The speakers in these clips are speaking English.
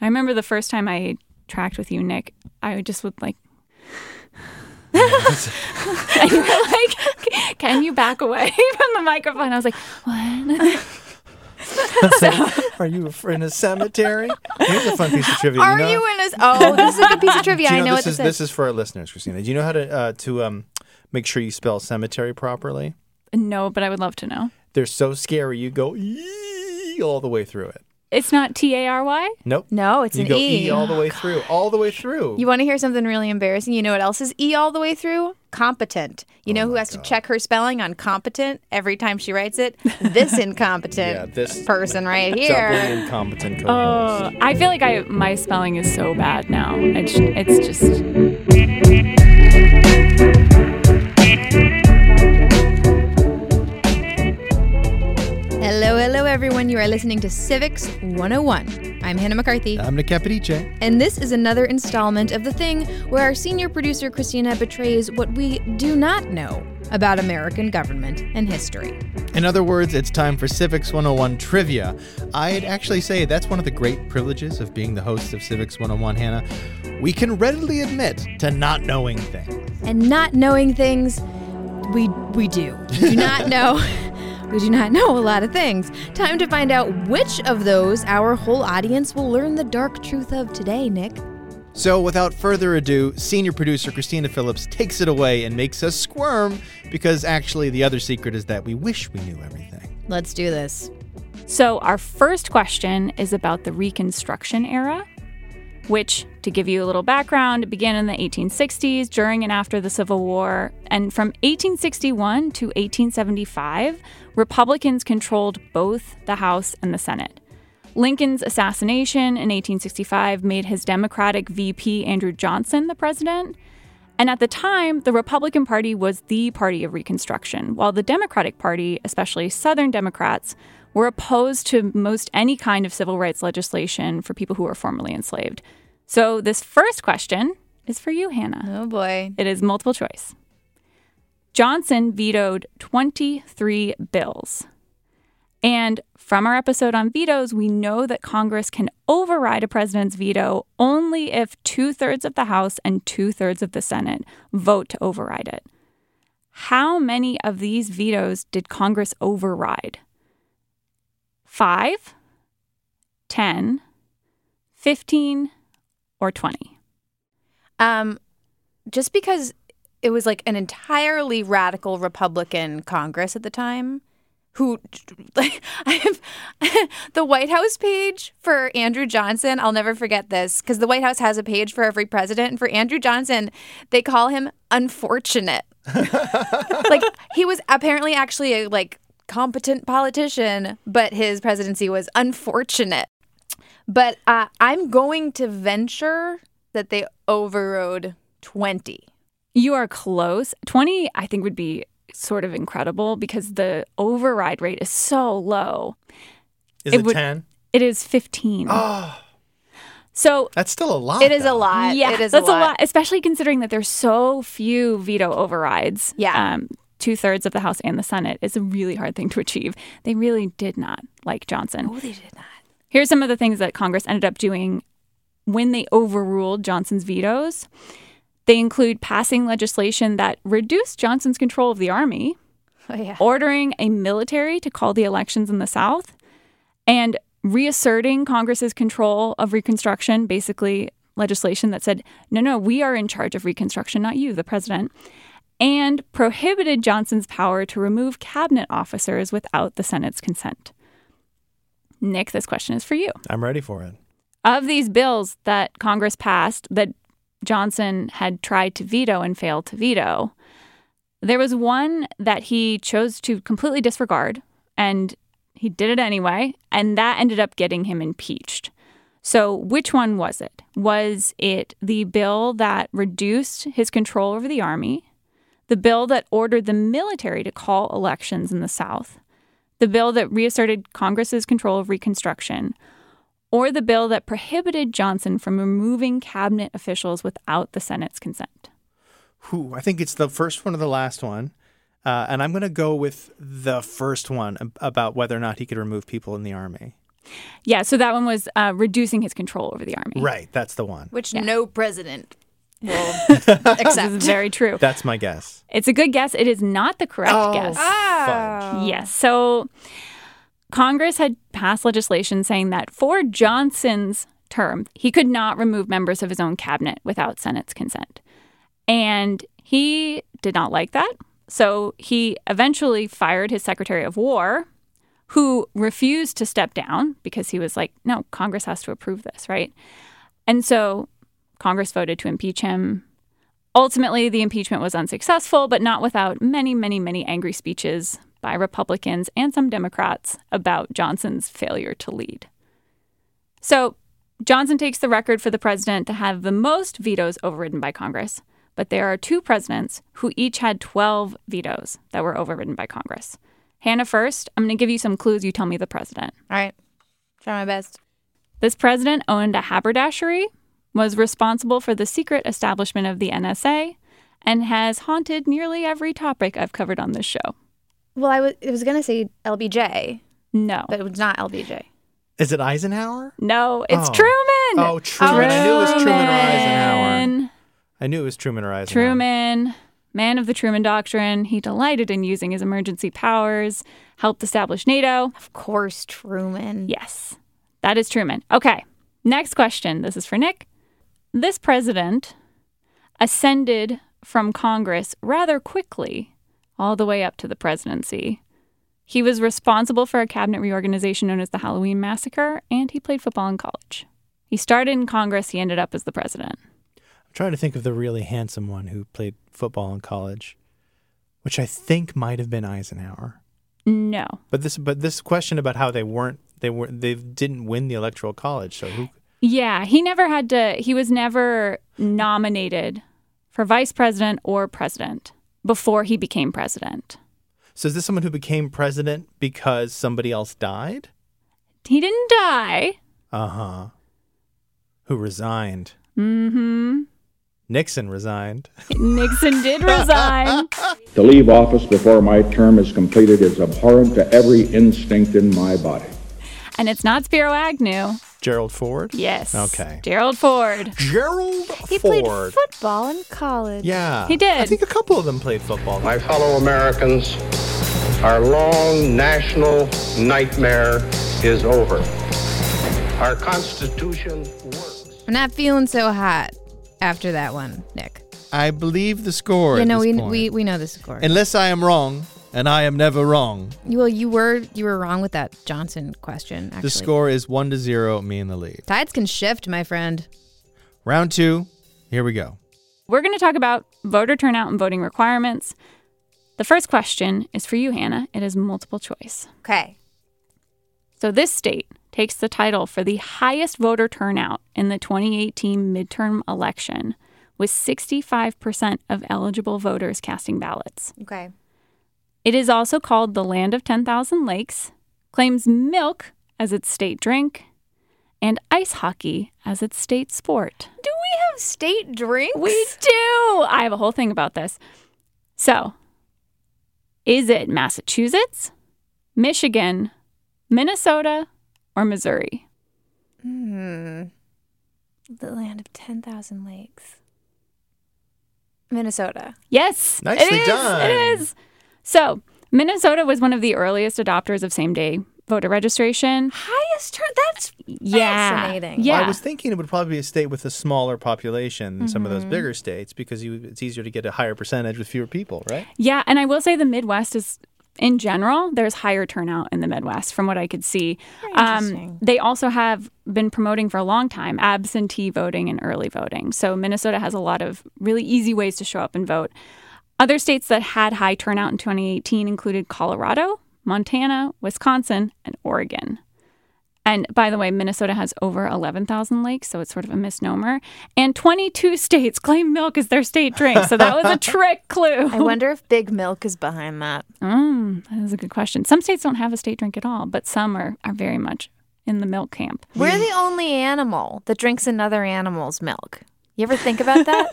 I remember the first time I tracked with you, Nick. I just would like. and you were like, "Can you back away from the microphone?" I was like, "What?" Are you in a cemetery? Here's a fun piece of trivia. Are you, know, you in a? Oh, this is a good piece of trivia. do you I know this what is. this is. This is for our listeners, Christina. Do you know how to uh, to um, make sure you spell cemetery properly? no, but I would love to know. They're so scary. You go "ee" all the way through it. It's not T A R Y. Nope. No, it's you an go E. all the way through. All the way through. You want to hear something really embarrassing? You know what else is E all the way through? Competent. Oh You know who has to check her spelling on competent every time she writes it? This incompetent Yeah, this- person right Doubly here. incompetent co Oh, I feel like I my spelling is so bad now. It's, it's just. Hello, hello, everyone. You are listening to Civics 101. I'm Hannah McCarthy. Uh. I'm Nick Capodice. And this is another installment of The Thing where our senior producer Christina betrays what we do not know about American government and history. In other words, it's time for Civics 101 trivia. I'd actually say that's one of the great privileges of being the host of Civics 101, Hannah. We can readily admit to not knowing things. and not knowing things we we do. We do not know. We do not know a lot of things. Time to find out which of those our whole audience will learn the dark truth of today, Nick. So, without further ado, senior producer Christina Phillips takes it away and makes us squirm because actually the other secret is that we wish we knew everything. Let's do this. So, our first question is about the Reconstruction era, which, to give you a little background, began in the 1860s during and after the Civil War. And from 1861 to 1875, Republicans controlled both the House and the Senate. Lincoln's assassination in 1865 made his Democratic VP Andrew Johnson the president. And at the time, the Republican Party was the party of Reconstruction, while the Democratic Party, especially Southern Democrats, were opposed to most any kind of civil rights legislation for people who were formerly enslaved. So, this first question is for you, Hannah. Oh boy. It is multiple choice. Johnson vetoed 23 bills. And from our episode on vetoes, we know that Congress can override a president's veto only if two thirds of the House and two thirds of the Senate vote to override it. How many of these vetoes did Congress override? Five, 10, 15, or 20? Um just because it was like an entirely radical Republican Congress at the time who like I have the White House page for Andrew Johnson, I'll never forget this cuz the White House has a page for every president and for Andrew Johnson, they call him unfortunate. like he was apparently actually a like competent politician, but his presidency was unfortunate. But uh, I'm going to venture that they overrode 20. You are close. 20, I think, would be sort of incredible because the override rate is so low. is it it, would- 10? It is 15. Oh. So, That's still a lot. It is a though. lot. yeah, it is that's a lot. especially considering that there's so few veto overrides. Yeah. Um, Two thirds of the House and the Senate. It's a really hard thing to achieve. They really did not like Johnson. Oh, they did not. Here's some of the things that Congress ended up doing when they overruled Johnson's vetoes. They include passing legislation that reduced Johnson's control of the army, Oh, yeah. ordering a military to call the elections in the South, and reasserting Congress's control of Reconstruction, basically legislation that said, no, no, we are in charge of Reconstruction, not you, the president, and prohibited Johnson's power to remove cabinet officers without the Senate's consent. Nick, this question is for you. I'm ready for it. Of these bills that Congress passed that Johnson had tried to veto and failed to veto, there was one that he chose to completely disregard, and he did it anyway, and that ended up getting him impeached. So, which one was it? Was it the bill that reduced his control over the army, the bill that ordered the military to call elections in the South, the bill that reasserted Congress's control of Reconstruction, or the bill that prohibited Johnson from removing cabinet officials without the Senate's consent? Whew, I think it's the first one or the last one. Uh, and I'm going to go with the first one ab- about whether or not he could remove people in the army. Yeah, so that one was uh, reducing his control over the army. Right, that's the one. which no president will accept. It's very true. That's my guess. It's a good guess. It is not the correct guess. Ah. Yes. So Congress had passed legislation saying that for Johnson's term, he could not remove members of his own cabinet without Senate's consent. And he did not like that. So he eventually fired his Secretary of War, who refused to step down because he was like, no, Congress has to approve this, right? And so Congress voted to impeach him. Ultimately, the impeachment was unsuccessful, but not without many, many, many angry speeches by Republicans and some Democrats about Johnson's failure to lead. So, Johnson takes the record for the president to have the most vetoes overridden by Congress, but there are two presidents who each had 12 vetoes that were overridden by Congress. Hannah, first, I'm going to give you some clues. You tell me the president. All right. Try my best. This president owned a haberdashery, was responsible for the secret establishment of the NSA, and has haunted nearly every topic I've covered on this show. Well, I was, I was going to say LBJ, No. but it was not LBJ. Is it Eisenhower? No, it's Oh. Truman. Oh, Truman. I knew it was Truman or Eisenhower. Truman. I knew it was Truman or Eisenhower. Truman, man of the Truman Doctrine, he delighted in using his emergency powers, helped establish NATO. Of course, Truman. Yes, that is Truman. Okay, next question. This is for Nick. This president ascended from Congress rather quickly all the way up to the presidency. He was responsible for a cabinet reorganization known as the Halloween Massacre, and he played football in college. He started in Congress, he ended up as the president. I'm trying to think of the really handsome one who played football in college, which I think might have been Eisenhower. No. But this, but this question about how they weren't, they were, they didn't win the electoral college. So who? Yeah, he never had to, he was never nominated for vice president or president before he became president. So is this someone who became president because somebody else died? He didn't die. Uh huh. Who resigned? Mm Mm-hmm. hmm. Nixon resigned. Nixon did resign. To leave office before my term is completed is abhorrent to every instinct in my body. and it's not Spiro Agnew. Gerald Ford. Yes. Okay. Gerald Ford. Gerald He Ford. played football in college. yeah, He did. I think a couple of them played football. My fellow Americans, our long national nightmare is over. Our Constitution works. I'm not feeling so hot after that one, Nick. I believe the score. Yeah, at no, this we, point. we we know the score. Unless I am wrong, and I am never wrong. well, you were you were wrong with that Johnson question. Actually, The score is one to zero. Me in the lead. tides can shift, my friend. Round two. Here we go. We're going to talk about voter turnout and voting requirements. The first question is for you, Hannah. It is multiple choice. Okay. So this state takes the title for the highest voter turnout in the 2018 midterm election, with 65% of eligible voters casting ballots. Okay. It is also called the land of 10,000 lakes, claims milk as its state drink, and ice hockey as its state sport. Do we have state drinks? We do! I have a whole thing about this. So, is it Massachusetts, Michigan, Minnesota, or Missouri? Hmm. The land of ten thousand lakes. Minnesota. Yes. Nicely it is, done. It is. So, Minnesota was one of the earliest adopters of same day voter registration. Highest turn. That's Yeah. Fascinating. Yeah. Well, I was thinking it would probably be a state with a smaller population than some of Mm-hmm. those bigger states because you, it's easier to get a higher percentage with fewer people, right? Yeah, and I will say the Midwest is in general there's higher turnout in the Midwest from what I could see. Um, interesting. they also have been promoting for a long time absentee voting and early voting. So Minnesota has a lot of really easy ways to show up and vote. Other states that had high turnout in 2018 included Colorado, Montana, Wisconsin, and Oregon. And by the way, Minnesota has over 11,000 lakes, so it's sort of a misnomer. And 22 states claim milk as their state drink. So that was a trick clue. I wonder if Big Milk is behind that. Mm, that is a good question. Some states don't have a state drink at all, but some are, are very much in the milk camp. We're Hmm. the only animal that drinks another animal's milk. You ever think about that?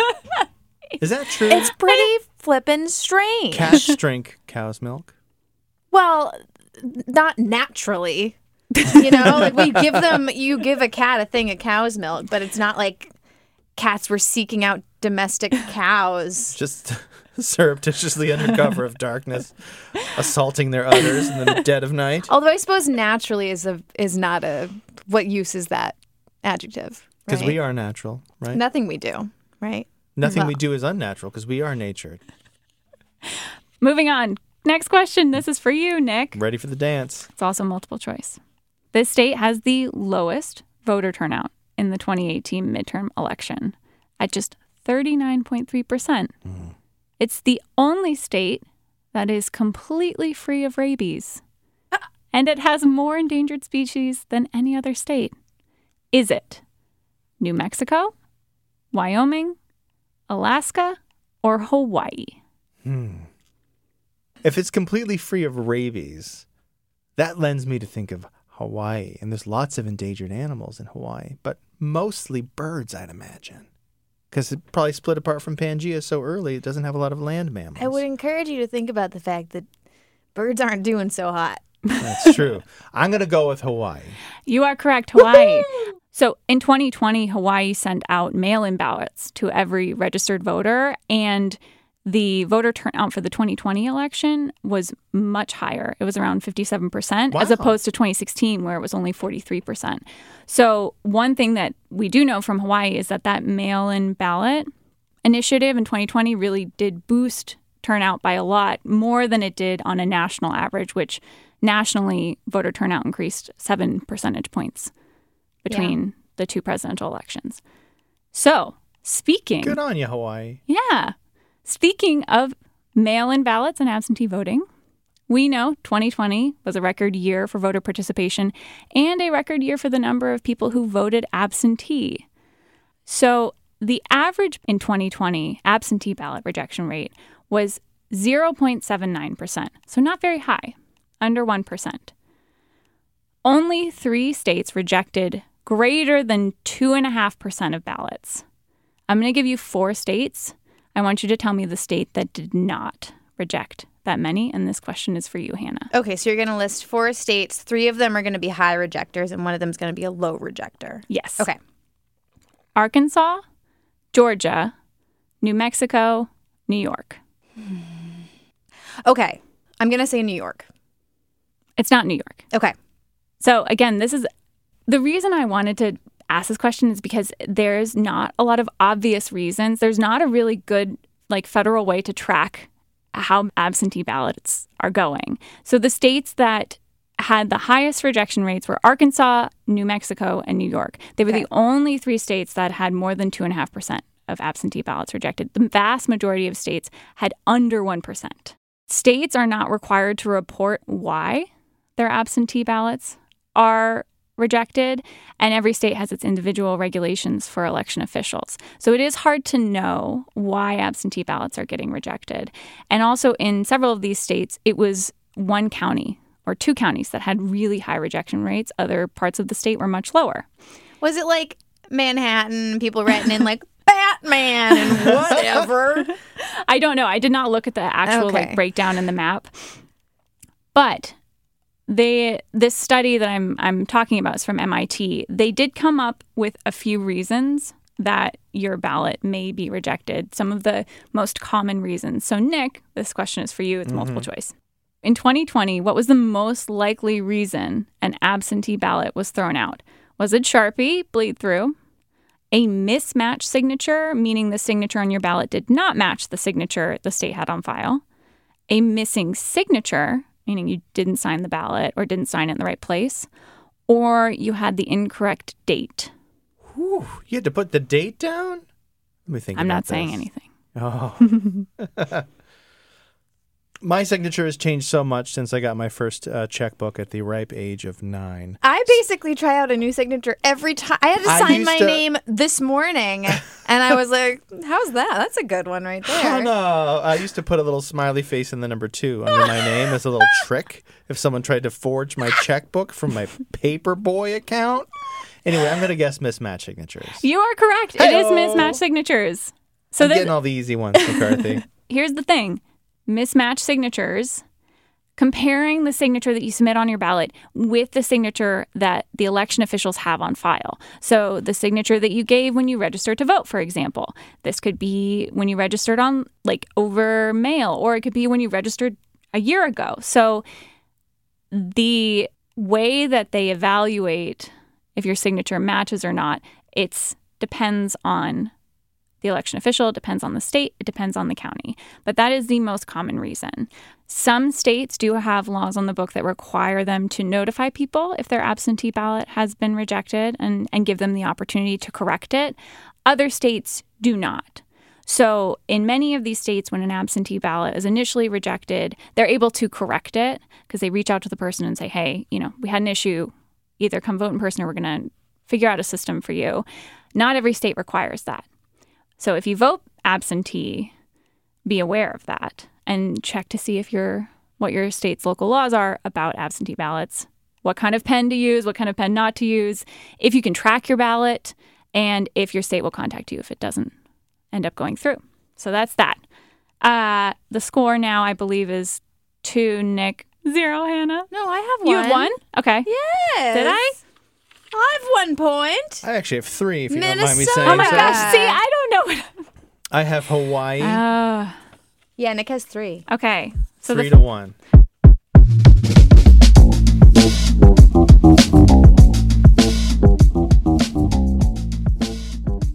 Is that true? it's pretty flippin' strange. Cats drink cow's milk. Well, not naturally. You know, like we give them, you give a cat a thing of cow's milk, but it's not like cats were seeking out domestic cows. Just surreptitiously under cover of darkness, assaulting their udders in the dead of night. Although I suppose naturally is a is not a what use is that adjective? Because right? we are natural, right? nothing we do, right? Nothing no. we do is unnatural because we are nature. Moving on. Next question. This is for you, Nick. Ready for the dance. It's also multiple choice. This state has the lowest voter turnout in the 2018 midterm election at just 39.3%. Hmm. It's the only state that is completely free of rabies. And it has more endangered species than any other state. Is it New Mexico, Wyoming, Alaska, or Hawaii? If it's completely free of rabies, that lends me to think of Hawaii. And there's lots of endangered animals in Hawaii, but mostly birds, I'd imagine. Because it probably split apart from Pangea so early, it doesn't have a lot of land mammals. I would encourage you to think about the fact that birds aren't doing so hot. That's true. I'm going to go with Hawaii. You are correct, Hawaii. So in 2020, Hawaii sent out mail in ballots to every registered voter, and the voter turnout for the 2020 election was much higher. It was around 57%, as Wow. opposed to 2016, where it was only 43%. So, one thing that we do know from Hawaii is that that mail in ballot initiative in 2020 really did boost turnout by a lot more than it did on a national average, which nationally voter turnout increased seven percentage points between the two presidential elections. So, speaking, Good on you, Hawaii. yeah, speaking of mail in ballots and absentee voting, we know 2020 was a record year for voter participation and a record year for the number of people who voted absentee. So the average in 2020 absentee ballot rejection rate was 0.79%, so not very high, under 1%. Only three states rejected greater than 2.5% of ballots. I'm going to give you four states. I want you to tell me the state that did not reject that many. And this question is for you, Hannah. Okay, so you're going to list four states. Three of them are going to be high rejectors, and one of them is going to be a low rejector. Yes. Okay. Arkansas, Georgia, New Mexico, New York. Okay. I'm going to say New York. It's not New York. Okay. So, again, this is the reason I wanted to ask this question is because there's not a lot of obvious reasons. There's not a really good, like, federal way to track how absentee ballots are going. So, the states that had the highest rejection rates were Arkansas, New Mexico, and New York. They were the only three states that had more than 2.5% of absentee ballots rejected. The vast majority of states had under 1%. States are not required to report why their absentee ballots are rejected, and every state has its individual regulations for election officials. So it is hard to know why absentee ballots are getting rejected. And also, in several of these states, it was one county or two counties that had really high rejection rates, other parts of the state were much lower. Was it like Manhattan, people writing in like Batman and whatever? I don't know. I did not look at the actual Okay. like breakdown in the map. But they this study that I'm I'm talking about is from MIT. They did come up with a few reasons that your ballot may be rejected. Some of the most common reasons. So Nick, this question is for you. It's multiple choice. In 2020, what was the most likely reason an absentee ballot was thrown out? Was it Sharpie bleed through? a mismatched signature, meaning the signature on your ballot did not match the signature the state had on file, a missing signature, meaning you didn't sign the ballot or didn't sign it in the right place, or you had the incorrect date. Whew, you had to put the date down? Let me think. I'm about not saying this. anything. Oh. my signature has changed so much since I got my first uh, checkbook at the ripe age of nine. I basically try out a new signature every time. I had to I sign used my to- name this morning, and I was like, "How's that? That's a good one right there." Oh no! I used to put a little smiley face in the number two under my name as a little trick if someone tried to forge my checkbook from my paperboy account. Anyway, I'm gonna guess mismatch signatures. You are correct. It is Hey-oh. mismatched signatures. So I'm then, getting all the easy ones, McCarthy. here's the thing mismatched signatures comparing the signature that you submit on your ballot with the signature that the election officials have on file. So, the signature that you gave when you registered to vote, for example, this could be when you registered on like over mail, or it could be when you registered a year ago. So, the way that they evaluate if your signature matches or not, it's depends on the election official, it depends on the state, it depends on the county. But that is the most common reason. Some states do have laws on the book that require them to notify people if their absentee ballot has been rejected and, and give them the opportunity to correct it. Other states do not. So, in many of these states, when an absentee ballot is initially rejected, they're able to correct it because they reach out to the person and say, hey, you know, we had an issue. Either come vote in person or we're going to figure out a system for you. Not every state requires that. So, if you vote absentee, be aware of that and check to see if your what your state's local laws are about absentee ballots, what kind of pen to use, what kind of pen not to use, if you can track your ballot, and if your state will contact you if it doesn't end up going through. So that's that. Uh, the score now, I believe, is two Nick, zero Hannah. No, I have one. You have one? Okay. Yes. Did I? I have one point. I actually have three, if you don't mind me Minnesota. saying Oh my so. Exactly. gosh. See, I don't know. I have Hawaii Uh, Yeah, Nick has three. okay. So three the, to one.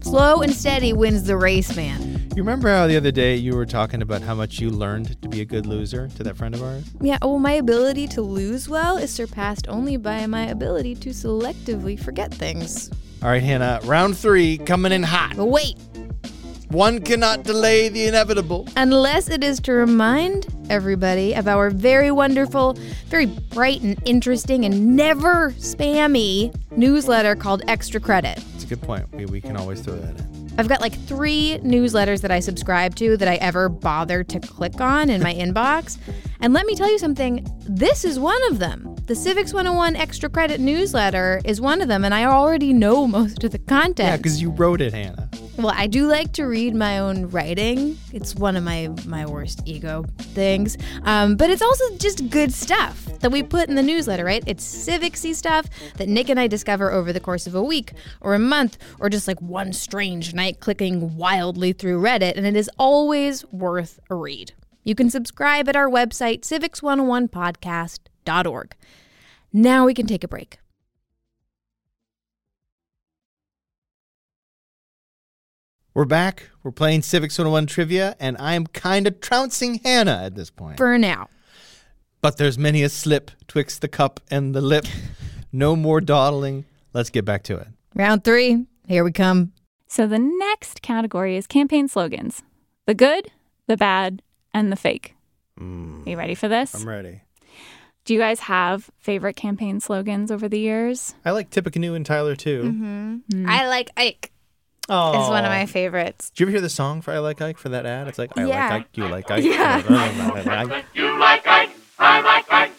Slow and steady wins the race, man. You remember how the other day you were talking about how much you learned to be a good loser to that friend of ours? Yeah, well, my ability to lose well is surpassed only by my ability to selectively forget things. All right, Hannah, round three coming in hot. But wait, One cannot delay the inevitable. unless it is to remind everybody of our very wonderful, very bright and interesting and never spammy newsletter called Extra Credit. It's a good point. We, we can always throw that in. I've got like three newsletters that I subscribe to that I ever bother to click on in my inbox. And let me tell you something, this is one of them. The Civics 101 Extra Credit newsletter is one of them, and I already know most of the Yeah, content. because you wrote it, Hannah. well, I do like to read my own writing. It's one of my, my worst ego things. Um, but it's also just good stuff that we put in the newsletter, right? It's civicsy stuff that Nick and I discover over the course of a week or a month or just like one strange night clicking wildly through Reddit. And it is always worth a read. You can subscribe at our website, civics101podcast.org. Now we can take a break. We're back. We're playing Civics 101 trivia, and I'm kind of trouncing Hannah at this point. For now. But there's many a slip twixt the cup and the lip. no more dawdling. Let's get back to it. Round three. Here we come. so the next category is campaign slogans: the good, the bad, and the fake. Are you ready for this? I'm ready. Do you guys have favorite campaign slogans over the years? I like Tippecanoe and Tyler too. I like Ike. Oh, Is Mm-hmm. one of my favorites. Did you ever hear the song for "I Like Ike" for that ad? It's like I Yeah. like Ike, you like Ike. Yeah. I like Ike.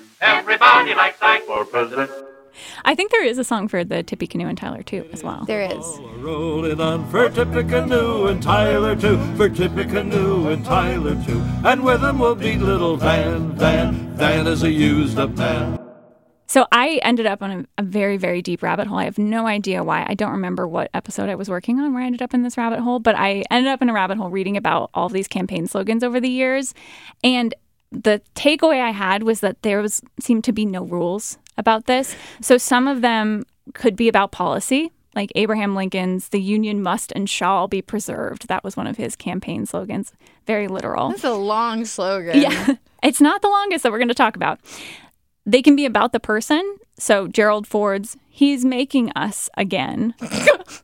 I think there is a song for the Tippy Canoe and Tyler too, as well. There is. Rolling on for Tippecanoe and Tyler too, for Tippecanoe and Tyler too, and with them will be little Van. Van, Van is a used up man. So I ended up on a, a very, very deep rabbit hole. I have no idea why. I don't remember what episode I was working on where I ended up in this rabbit hole, but I ended up in a rabbit hole reading about all these campaign slogans over the years. And the takeaway I had was that there was seemed to be no rules about this. So some of them could be about policy, like Abraham Lincoln's "The Union must and shall be preserved." That was one of his campaign slogans. Very literal. That's a long slogan. Yeah. It's not the longest that we're going to talk about. They can be about the person. So Gerald Ford's "He's making us again,"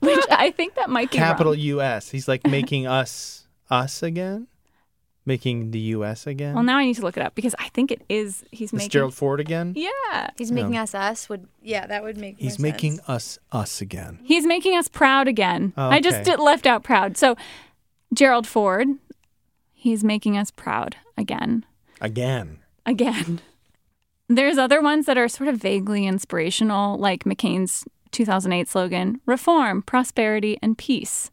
which I think that might be wrong. Capital U.S. He's like making us us again, making the U.S. again. Well, now I need to look it up because I think it is. He's It's making. Gerald Ford again. Yeah, He's making us us would yeah, that would make He's more making sense. us us again. he's making us proud again. Oh, I just okay. did, left out proud. So Gerald Ford, he's making us proud again. Again. again. There's other ones that are sort of vaguely inspirational, like McCain's 2008 slogan, reform, prosperity, and peace.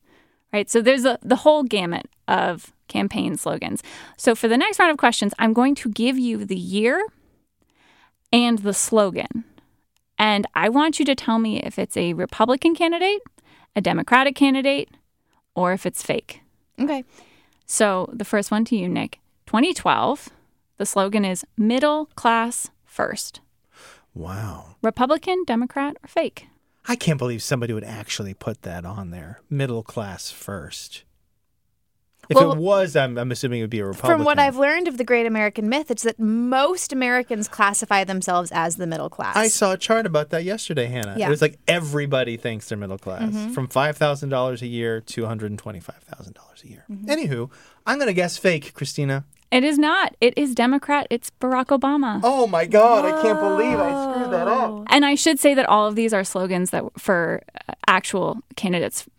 Right? So there's a, the whole gamut of campaign slogans. So for the next round of questions, I'm going to give you the year and the slogan. And I want you to tell me if it's a Republican candidate, a Democratic candidate, or if it's fake. Okay. So the first one to you, Nick. 2012, the slogan is middle class first. Wow. Republican, Democrat, or fake? I can't believe somebody would actually put that on there. Middle class first. If Well- it was, I'm, I'm assuming it would be a Republican. From what I've learned of the Great American Myth, it's that most Americans classify themselves as the middle class. I saw a chart about that yesterday, Hannah. Yeah. It was like everybody thinks they're middle class, Mm-hmm. from five thousand dollars a year to one hundred twenty-five thousand dollars a year. Mm-hmm. Anywho, I'm gonna guess fake, Christina. It is not. It is Democrat. It's Barack Obama. Oh my God, I can't believe I screwed that up. And I should say that all of these are slogans that for uh, actual candidates,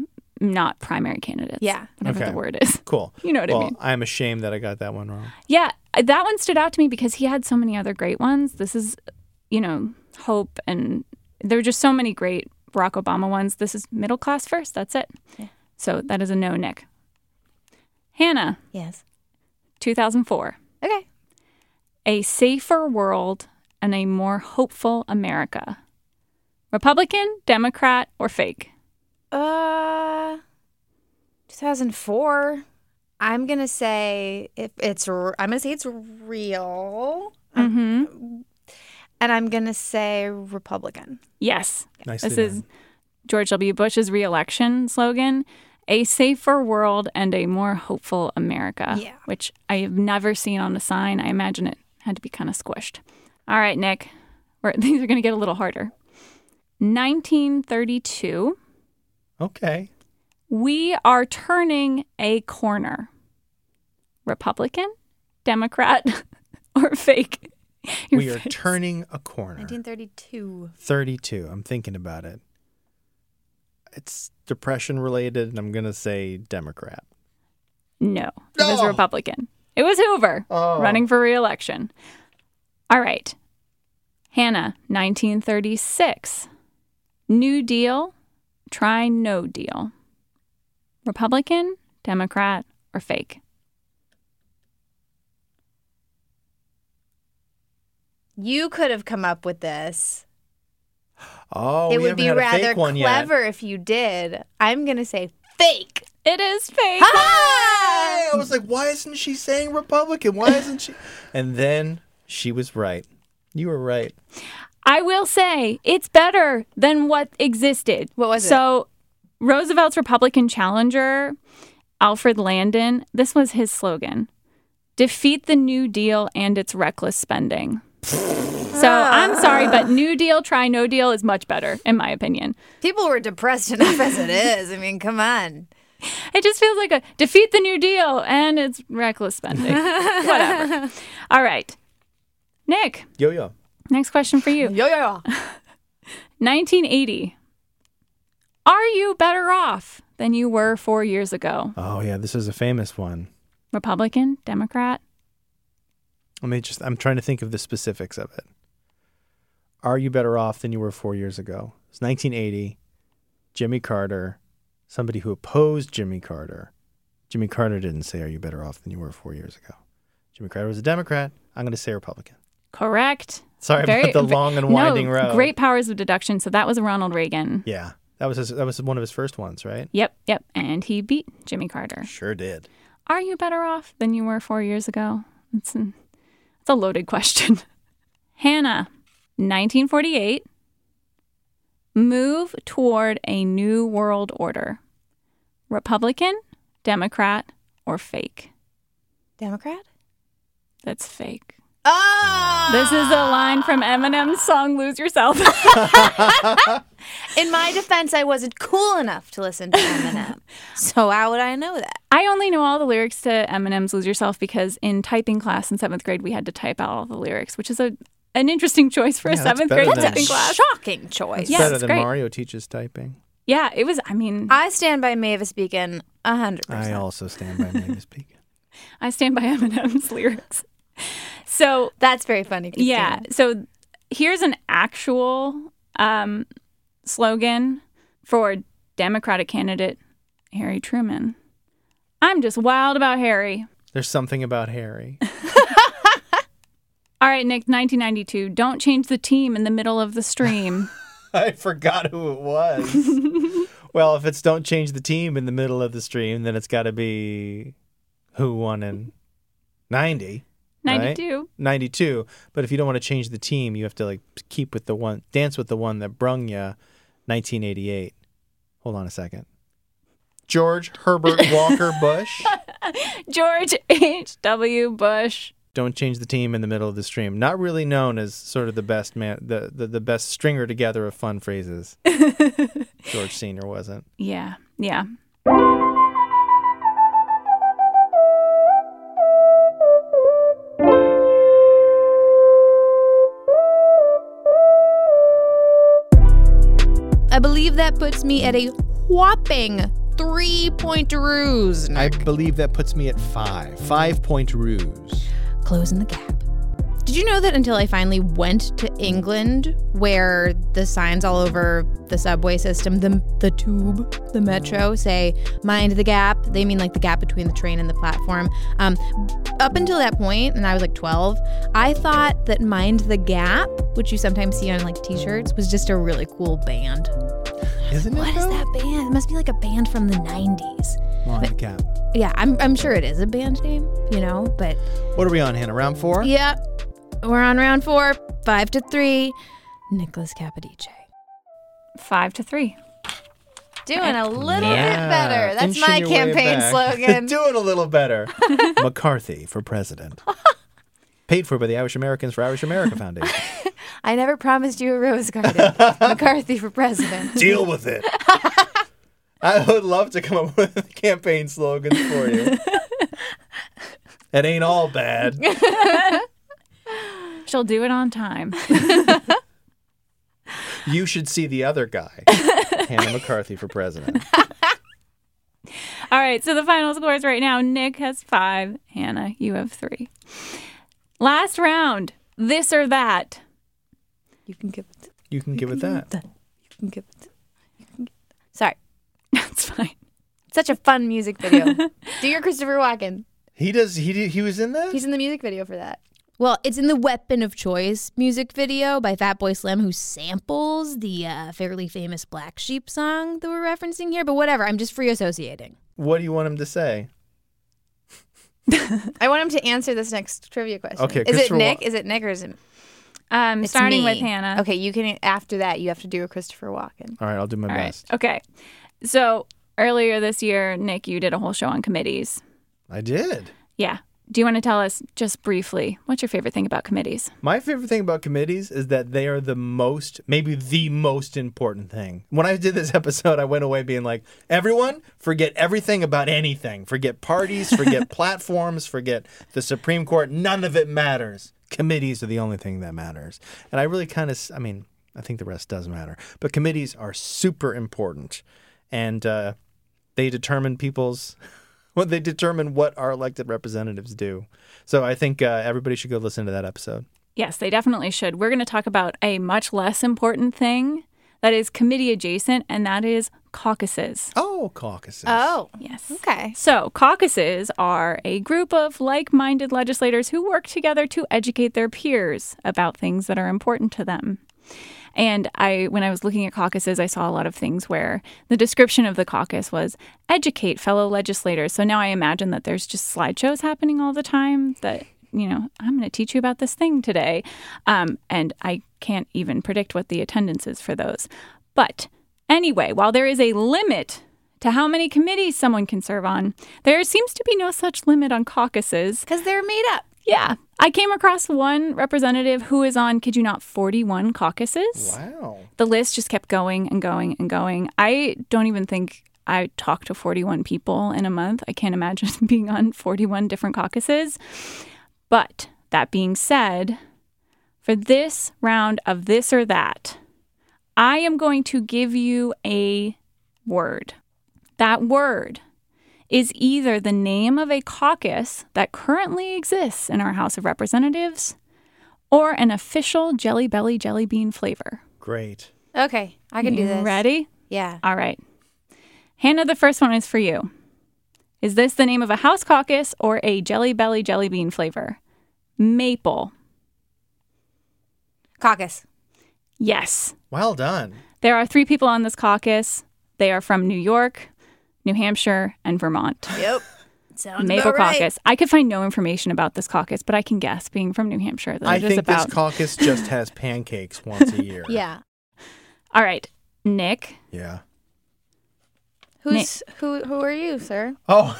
not primary candidates. Yeah. Whatever Okay. the word is. Cool. You know what I well, mean. I'm ashamed that I got that one wrong. Yeah, uh, that one stood out to me because he had so many other great ones. This is, you know, hope and there are just so many great Barack Obama ones. This is middle class first. That's it. So that is a no, Nick. Hannah, yes. 2004. Okay. A safer world and a more hopeful America. Republican, Democrat, or fake? Uh, 2004. I'm gonna say if it's. r- I'm gonna say it's real, Um, Mm-hmm. and I'm gonna say Republican. Yes. Nicely This is George W. Bush's reelection slogan a safer world and a more hopeful America, Yeah. which I have never seen on a sign. I imagine it had to be kind of squished. All right, Nick, we're, these are going to get a little harder. 1932, Okay. we are turning a corner. Republican, Democrat, or fake? Your we are face. turning a corner. 1932. 32. I'm thinking about it. It's depression related, and I'm going to say Democrat. No, it was Republican. It was Hoover running for reelection. All right. Hannah, 1936. New Deal, try no deal. Republican, Democrat, or fake? You could have come up with this. Oh, it we would haven't be had a rather fake one clever Yet. if you did. I'm gonna say fake. It is fake. Ah! I was like, why isn't she saying Republican? Why isn't she? And then she was right. You were right. I will say it's better than what existed. What was it? so, Roosevelt's Republican challenger, Alfred Landon, this was his slogan defeat the New Deal and its reckless spending. so, I'm sorry, but New Deal, try no deal is much better, in my opinion. People were depressed enough as it is. I mean, come on. It just feels like a defeat the New Deal and its reckless spending. Whatever. All right. Nick, Yo, yo. next question for you. Yo yo. 1980. Are you better off than you were four years ago? Oh, yeah. This is a famous one. Republican, Democrat? Let me just, I'm trying to think of the specifics of it. Are you better off than you were four years ago? It's 1980. Jimmy Carter, somebody who opposed Jimmy Carter. Jimmy Carter didn't say, Are you better off than you were four years ago? Jimmy Carter was a Democrat. I'm going to say Republican. Correct. Sorry about the long and no, winding road. Great powers of deduction. So that was Ronald Reagan. Yeah. That was his, that was one of his first ones, right? Yep, yep. And he beat Jimmy Carter. Sure did. Are you better off than you were four years ago? It's, an, it's a loaded question. Hannah, 1948. Move toward a new world order. Republican, Democrat, or fake? Democrat. That's fake. Oh. This is a line from Eminem's song Lose Yourself. In my defense, I wasn't cool enough to listen to Eminem. so how would I know that? I only know all the lyrics to Eminem's Lose Yourself because in typing class in seventh grade, we had to type out all the lyrics, which is a, an interesting choice for a Yeah, that's seventh better grade than- typing class. Shocking choice. Yeah, Better it's than great. Mario teaches typing. Yeah, it was, I mean, I, I stand by Mavis Beacon a hundred I percent. also stand by Mavis Beacon. stand by Eminem's lyrics. So, That's very funny. Christina. yeah, so here's an actual um, slogan for Democratic candidate Harry Truman I'm just wild about Harry. There's something about Harry. All right, Nick, 1992. Don't change the team in the middle of the stream. I forgot who it was. well, if it's don't change the team in the middle of the stream, then it's got to be who won in 90. right? 92. 92. But if you don't want to change the team, you have to like keep with the one, dance with the one that brung you 1988. Hold on a second. George Herbert Walker Bush. George H.W. Bush. Don't change the team in the middle of the stream. Not really known as sort of the best man, the the, the best stringer together of fun phrases. George Senior wasn't. Yeah, yeah. I believe that puts me at a whopping three point ruse. I believe that puts me at five. Five point ruse. Closing the gap. Did you know that until I finally went to England, where the signs all over the subway system, the, the tube, the metro say, mind the gap? They mean like the gap between the train and the platform. Um, up until that point, and I was like 12, I thought that Mind the Gap, which you sometimes see on like t shirts, was just a really cool band. Isn't it? What is though? that band? It must be like a band from the 90s. Mind the gap. Yeah, I'm, I'm sure it is a band name, you know, but What are we on, Hannah? Round four? yeah, we're on round four, five to three. Nicholas Capodice. Five to three. Doing a little Yeah. bit better. That's Inching my your way campaign back. slogan. Doing a little better. McCarthy for president. Paid for by the Irish Americans for Irish America Foundation. I never promised you a rose garden. McCarthy for president. Deal with it. I would love to come up with campaign slogans for you. it ain't all bad. She'll do it on time. You should see the other guy, Hannah McCarthy for president. All right, so the final scores right now Nick has five, Hannah, you have three. Last round this or that. You can give it. You can give it that. You can give it. You can give it. Sorry. That's fine. Such a fun music video. Do your Christopher Walken. He does. He did, he was in that. He's in the music video for that. Well, it's in the Weapon of Choice music video by Fatboy Slim, who samples the uh, fairly famous Black Sheep song that we're referencing here, but whatever, I'm just free associating. what do you want him to say? I want him to answer this next trivia question. Okay, Is it Christopher Wa- Nick? Is it Nick or is it Um, It's starting me. with Hannah. Okay, you can after that you have to do a Christopher Walken. All right, I'll do my All right. best. Okay. So earlier this year, Nick, you did a whole show on committees. I did. Yeah. Do you want to tell us just briefly what's your favorite thing about committees? My favorite thing about committees is that they are the most, maybe the most important thing. When I did this episode, I went away being like, everyone, forget everything about anything. Forget parties, forget platforms, forget the Supreme Court. None of it matters. Committees are the only thing that matters. And I really kind of, I mean, I think the rest does matter, but committees are super important. And uh, they determine people's well, they determine what our elected representatives do. So I think uh, everybody should go listen to that episode. Yes, they definitely should. We're going to talk about a much less important thing that is committee adjacent, and that is caucuses. Oh, caucuses. Yes. okay. So, caucuses are a group of like minded legislators who work together to educate their peers about things that are important to them. And I, when I was looking at caucuses, I saw a lot of things where the description of the caucus was educate fellow legislators. So now I imagine that there's just slideshows happening all the time that, you know, I'm going to teach you about this thing today. Um, and I can't even predict what the attendance is for those. But anyway, while there is a limit to how many committees someone can serve on, there seems to be no such limit on caucuses. Because they're made up. Yeah. I came across one representative who is on, could you not, 41 caucuses. Wow. The list just kept going and going and going. I don't even think I talked to 41 people in a month. I can't imagine being on 41 different caucuses. But that being said, for this round of this or that, I am going to give you a word. That word is either the name of a caucus that currently exists in our House of Representatives or an official Jelly Belly jelly bean flavor. Great. Okay, I can do You this. Ready? Yeah. All right. Hannah, the first one is for you. Is this the name of a house caucus or a Jelly Belly jelly bean flavor? Maple. Caucus. Yes. Well done. There are three people on this caucus. They are from New York, New Hampshire, and Vermont. Yep. Sounds Maple about right. caucus. I could find no information about this caucus, but I can guess, being from New Hampshire, that I it is think about. this caucus just has pancakes once a year. Yeah. All right, Nick. Yeah. Who's who? Who are you, sir? Oh,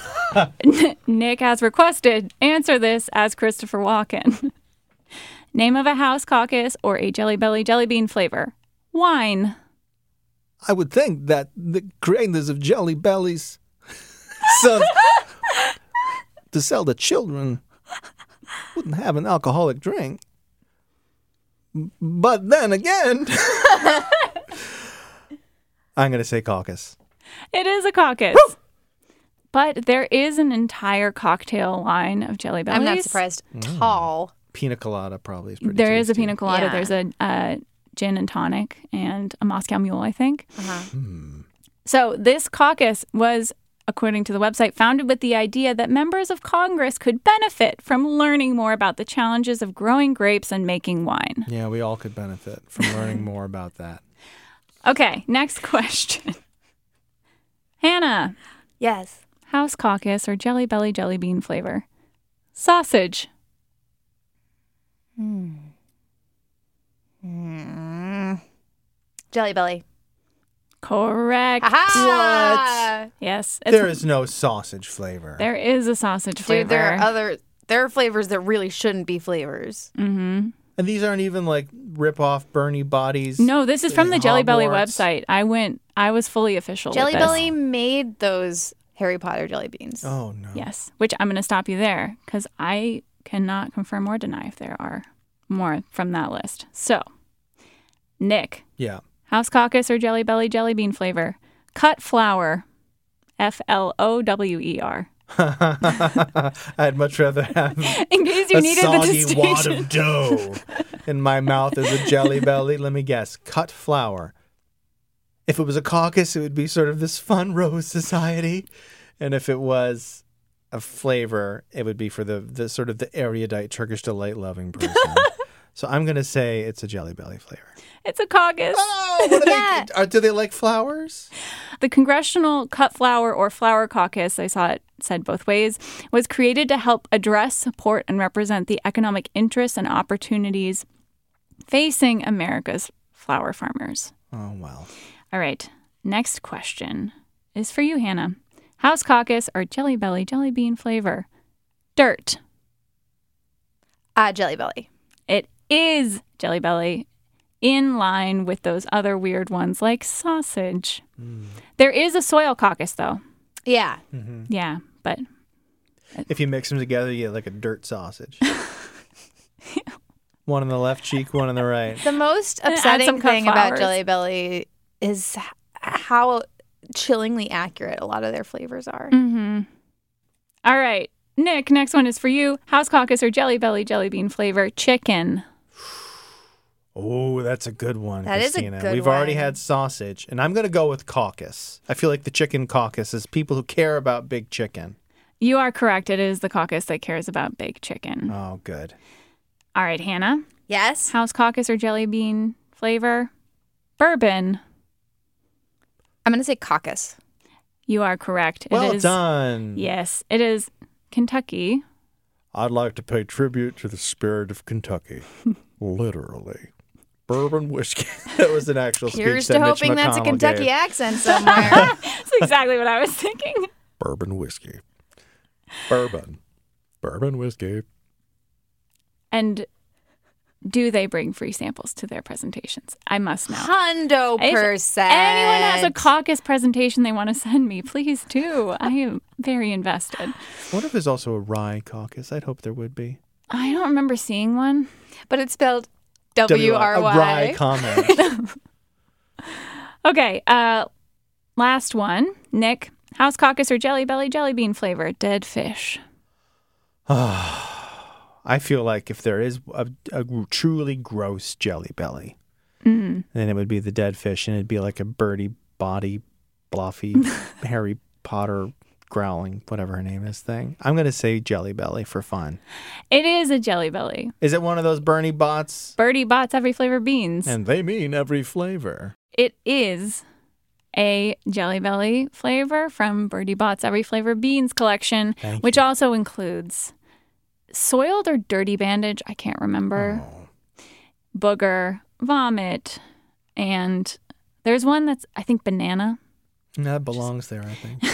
Nick has requested answer this as Christopher Walken. Name of a house caucus or a Jelly Belly jelly bean flavor. Wine. I would think that the creators of Jelly Bellies so to sell to children wouldn't have an alcoholic drink. But then again, I'm going to say caucus. It is a caucus. But there is an entire cocktail line of Jelly Bellies. I'm not surprised. Tall. Pina colada probably is pretty There is a tasty. pina colada. Yeah. There's a uh, gin and tonic and a Moscow Mule, I think. Uh-huh. Hmm. So this caucus was, according to the website, founded with the idea that members of Congress could benefit from learning more about the challenges of growing grapes and making wine. Yeah, we all could benefit from learning more about that. Okay, next question. Hannah, Yes. house caucus or Jelly Belly jelly bean flavor? Sausage. Jelly Belly. Correct. Aha! Yes. it's- There is no sausage flavor. there is a sausage flavor. Dude, there are other there are flavors that really shouldn't be flavors. Mm. mm-hmm. And these aren't even like rip off Bernie bodies. No, this is from the Jelly Belly Hogwarts. website. I went. I was fully official. with Jelly this. Belly made those Harry Potter jelly beans. Oh no. Yes, which I'm going to stop you there because I cannot confirm or deny if there are more from that list. So, Nick, Yeah. House Caucus or Jelly Belly jelly bean flavor? Cut flour, F L O W E R. I'd much rather have In case you a needed the soggy wad distinction, of dough in my mouth as a jelly belly. Let me guess. Cut flour. If it was a caucus, it would be sort of this fun rose society. And if it was a flavor, it would be for the, the sort of the erudite Turkish delight loving person. so I'm gonna say it's a jelly belly flavor. it's a caucus. Oh, what are they, are, do they like flowers? The Congressional Cut Flower or Flower Caucus, I saw it said both ways, was created to help address, support, and represent the economic interests and opportunities facing America's flower farmers. Oh well. All right, next question is for you, Hannah. House caucus or Jelly Belly jelly bean flavor? Dirt. Ah, Jelly Belly. It is Jelly Belly in line with those other weird ones like sausage. There is a soil caucus, though. Yeah. Yeah, but If you mix them together, you get like a dirt sausage. one on the left cheek, one on the right. The most add some upsetting cut thing about flowers. Jelly Belly is h- how chillingly accurate a lot of their flavors are. Mm. Mm-hmm. All right, Nick. Next one is for you. House caucus or Jelly Belly jelly bean flavor chicken. Oh, that's a good one, That is a Christina. good We've already one. had sausage, and I'm going to go with caucus. I feel like the chicken caucus is people who care about big chicken. You are correct. It is the caucus that cares about baked chicken. Oh, good. All right, Hannah. Yes. House caucus or jelly bean flavor bourbon. I'm going to say caucus. You are correct. well it is, done. Yes, it is Kentucky. I'd like to pay tribute to the spirit of Kentucky. Literally. Bourbon whiskey. that was an actual speech Here's that to Mitch hoping that's a McConnell Kentucky gave. accent somewhere. That's exactly what I was thinking. Bourbon whiskey. Bourbon. Bourbon whiskey. And do they bring free samples to their presentations? I must know. Hundo If percent. Anyone has a caucus presentation they want to send me, please do. I am very invested. I wonder if there's also a rye caucus. I'd hope there would be. I don't remember seeing one. but it's spelled W R A rye Y. comment. Okay, uh, last one. Nick, house caucus or jelly belly jelly bean flavor? Dead fish. I feel like if there is a, a truly gross jelly belly, then it would be the dead fish, and it'd be like a birdie body, bluffy Harry Potter growling, whatever her name is, thing. I'm going to say Jelly Belly for fun. It is a Jelly Belly. Is it one of those Bernie bots? Birdie bots every flavor beans. And they mean every flavor. It is a Jelly Belly flavor from Birdie Bot's Every Flavor Beans collection, Thank which you. also includes soiled or dirty bandage, I can't remember, booger, vomit, and there's one that's, I think, banana. No, it belongs there, I think.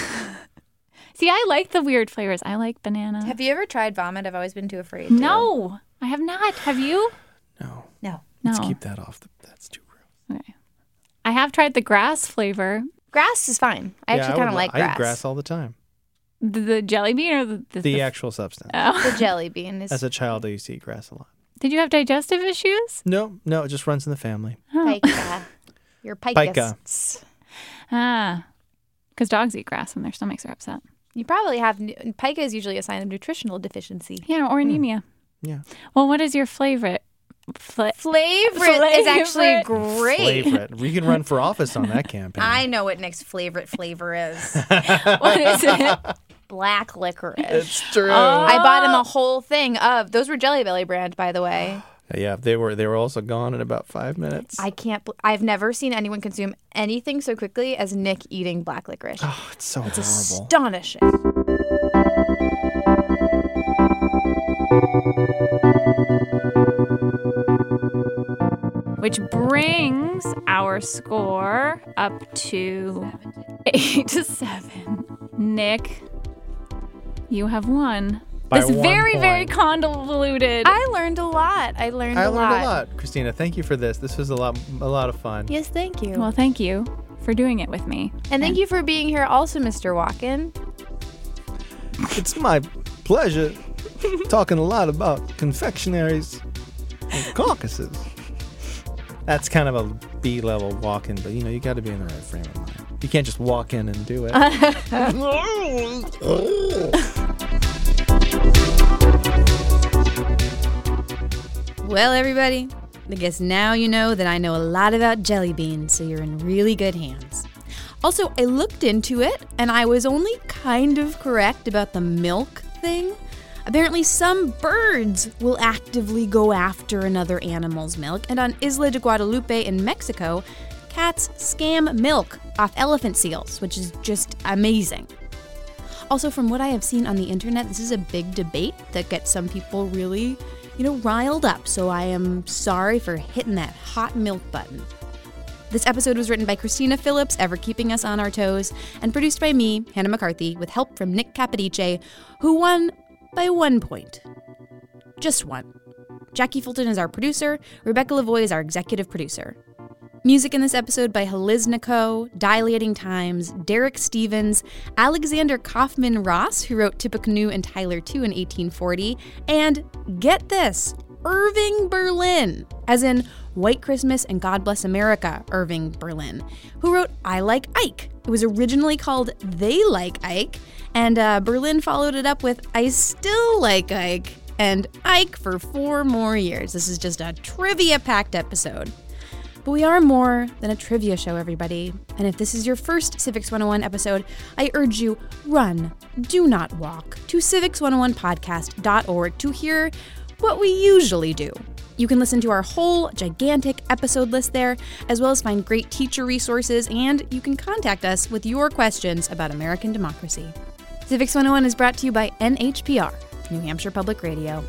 See, I like the weird flavors. I like banana. Have you ever tried vomit? I've always been too afraid. to. No, I have not. Have you? No, No. No. let's keep that off. The, that's too gross. I have tried the grass flavor, Grass is fine. I Yeah, actually kind of would li- like I eat grass. grass all the time. the, the jelly bean, or the. the, The, the- actual substance. Oh. the jelly bean is As a child, I used to eat grass a lot. Did you have digestive issues? No, no, it just runs in the family. pica. Your Pica. pica. Ah, because dogs eat grass when their stomachs are upset. You probably have nu- pica is usually a sign of nutritional deficiency. Yeah, or anemia. Hmm. Yeah. Well, what is your favorite? Fla- Flavor is actually great. Flavor it. We can run for office on that campaign. I know what Nick's favorite flavor is. what is it? Black licorice. true. I bought him a whole thing of those were Jelly Belly brand, by the way. yeah, they were they were also gone in about five minutes. I can't. bel- I've never seen anyone consume anything so quickly as Nick eating black licorice. oh, it's so horrible. Astonishing. Which brings our score up to eight to seven. Nick, you have won. By this one very, very point. convoluted. I learned a lot. I learned, I a, learned lot. a lot, Christina. Thank you for this. This was a lot a lot of fun. Yes, thank you. well, thank you for doing it with me. and thank you for being here, also, Mr. Walken. It's my pleasure talking a lot about confectionaries and caucuses. That's kind of a B level walk in, but you know, you got to be in the right frame of mind. You can't just walk in and do it. Well, everybody, I guess now you know that I know a lot about jelly beans, so you're in really good hands. Also, I looked into it and I was only kind of correct about the milk thing. Apparently, some birds will actively go after another animal's milk, and on Isla de Guadalupe in Mexico, cats scam milk off elephant seals, which is just amazing. Also, from what I have seen on the internet, this is a big debate that gets some people really, you know, riled up. So I am sorry for hitting that hot milk button. This episode was written by Christina Phillips, ever keeping us on our toes, and produced by me, Hannah McCarthy, with help from Nick Capodice, who won by one point. Just one. Jackie Fulton is our producer, Rebecca Lavoie is our executive producer. Music in this episode by Heliznico, Dilating Times, Derek Stevens, Alexander Kaufman Ross, who wrote Tippecanoe and Tyler II in 1840, and get this, Irving Berlin, as in White Christmas and God Bless America, Irving Berlin, who wrote I Like Ike. It was originally called They Like Ike, and uh, Berlin followed it up with I Still Like Ike and Ike for four more years. This is just a trivia packed episode. But we are more than a trivia show, everybody. And if this is your first Civics 101 episode, I urge you run, do not walk, to civics101podcast.org to hear what we usually do. You can listen to our whole gigantic episode list there, as well as find great teacher resources, and you can contact us with your questions about oh American democracy. Civics 101 is brought to you by NHPR, New Hampshire Public Radio.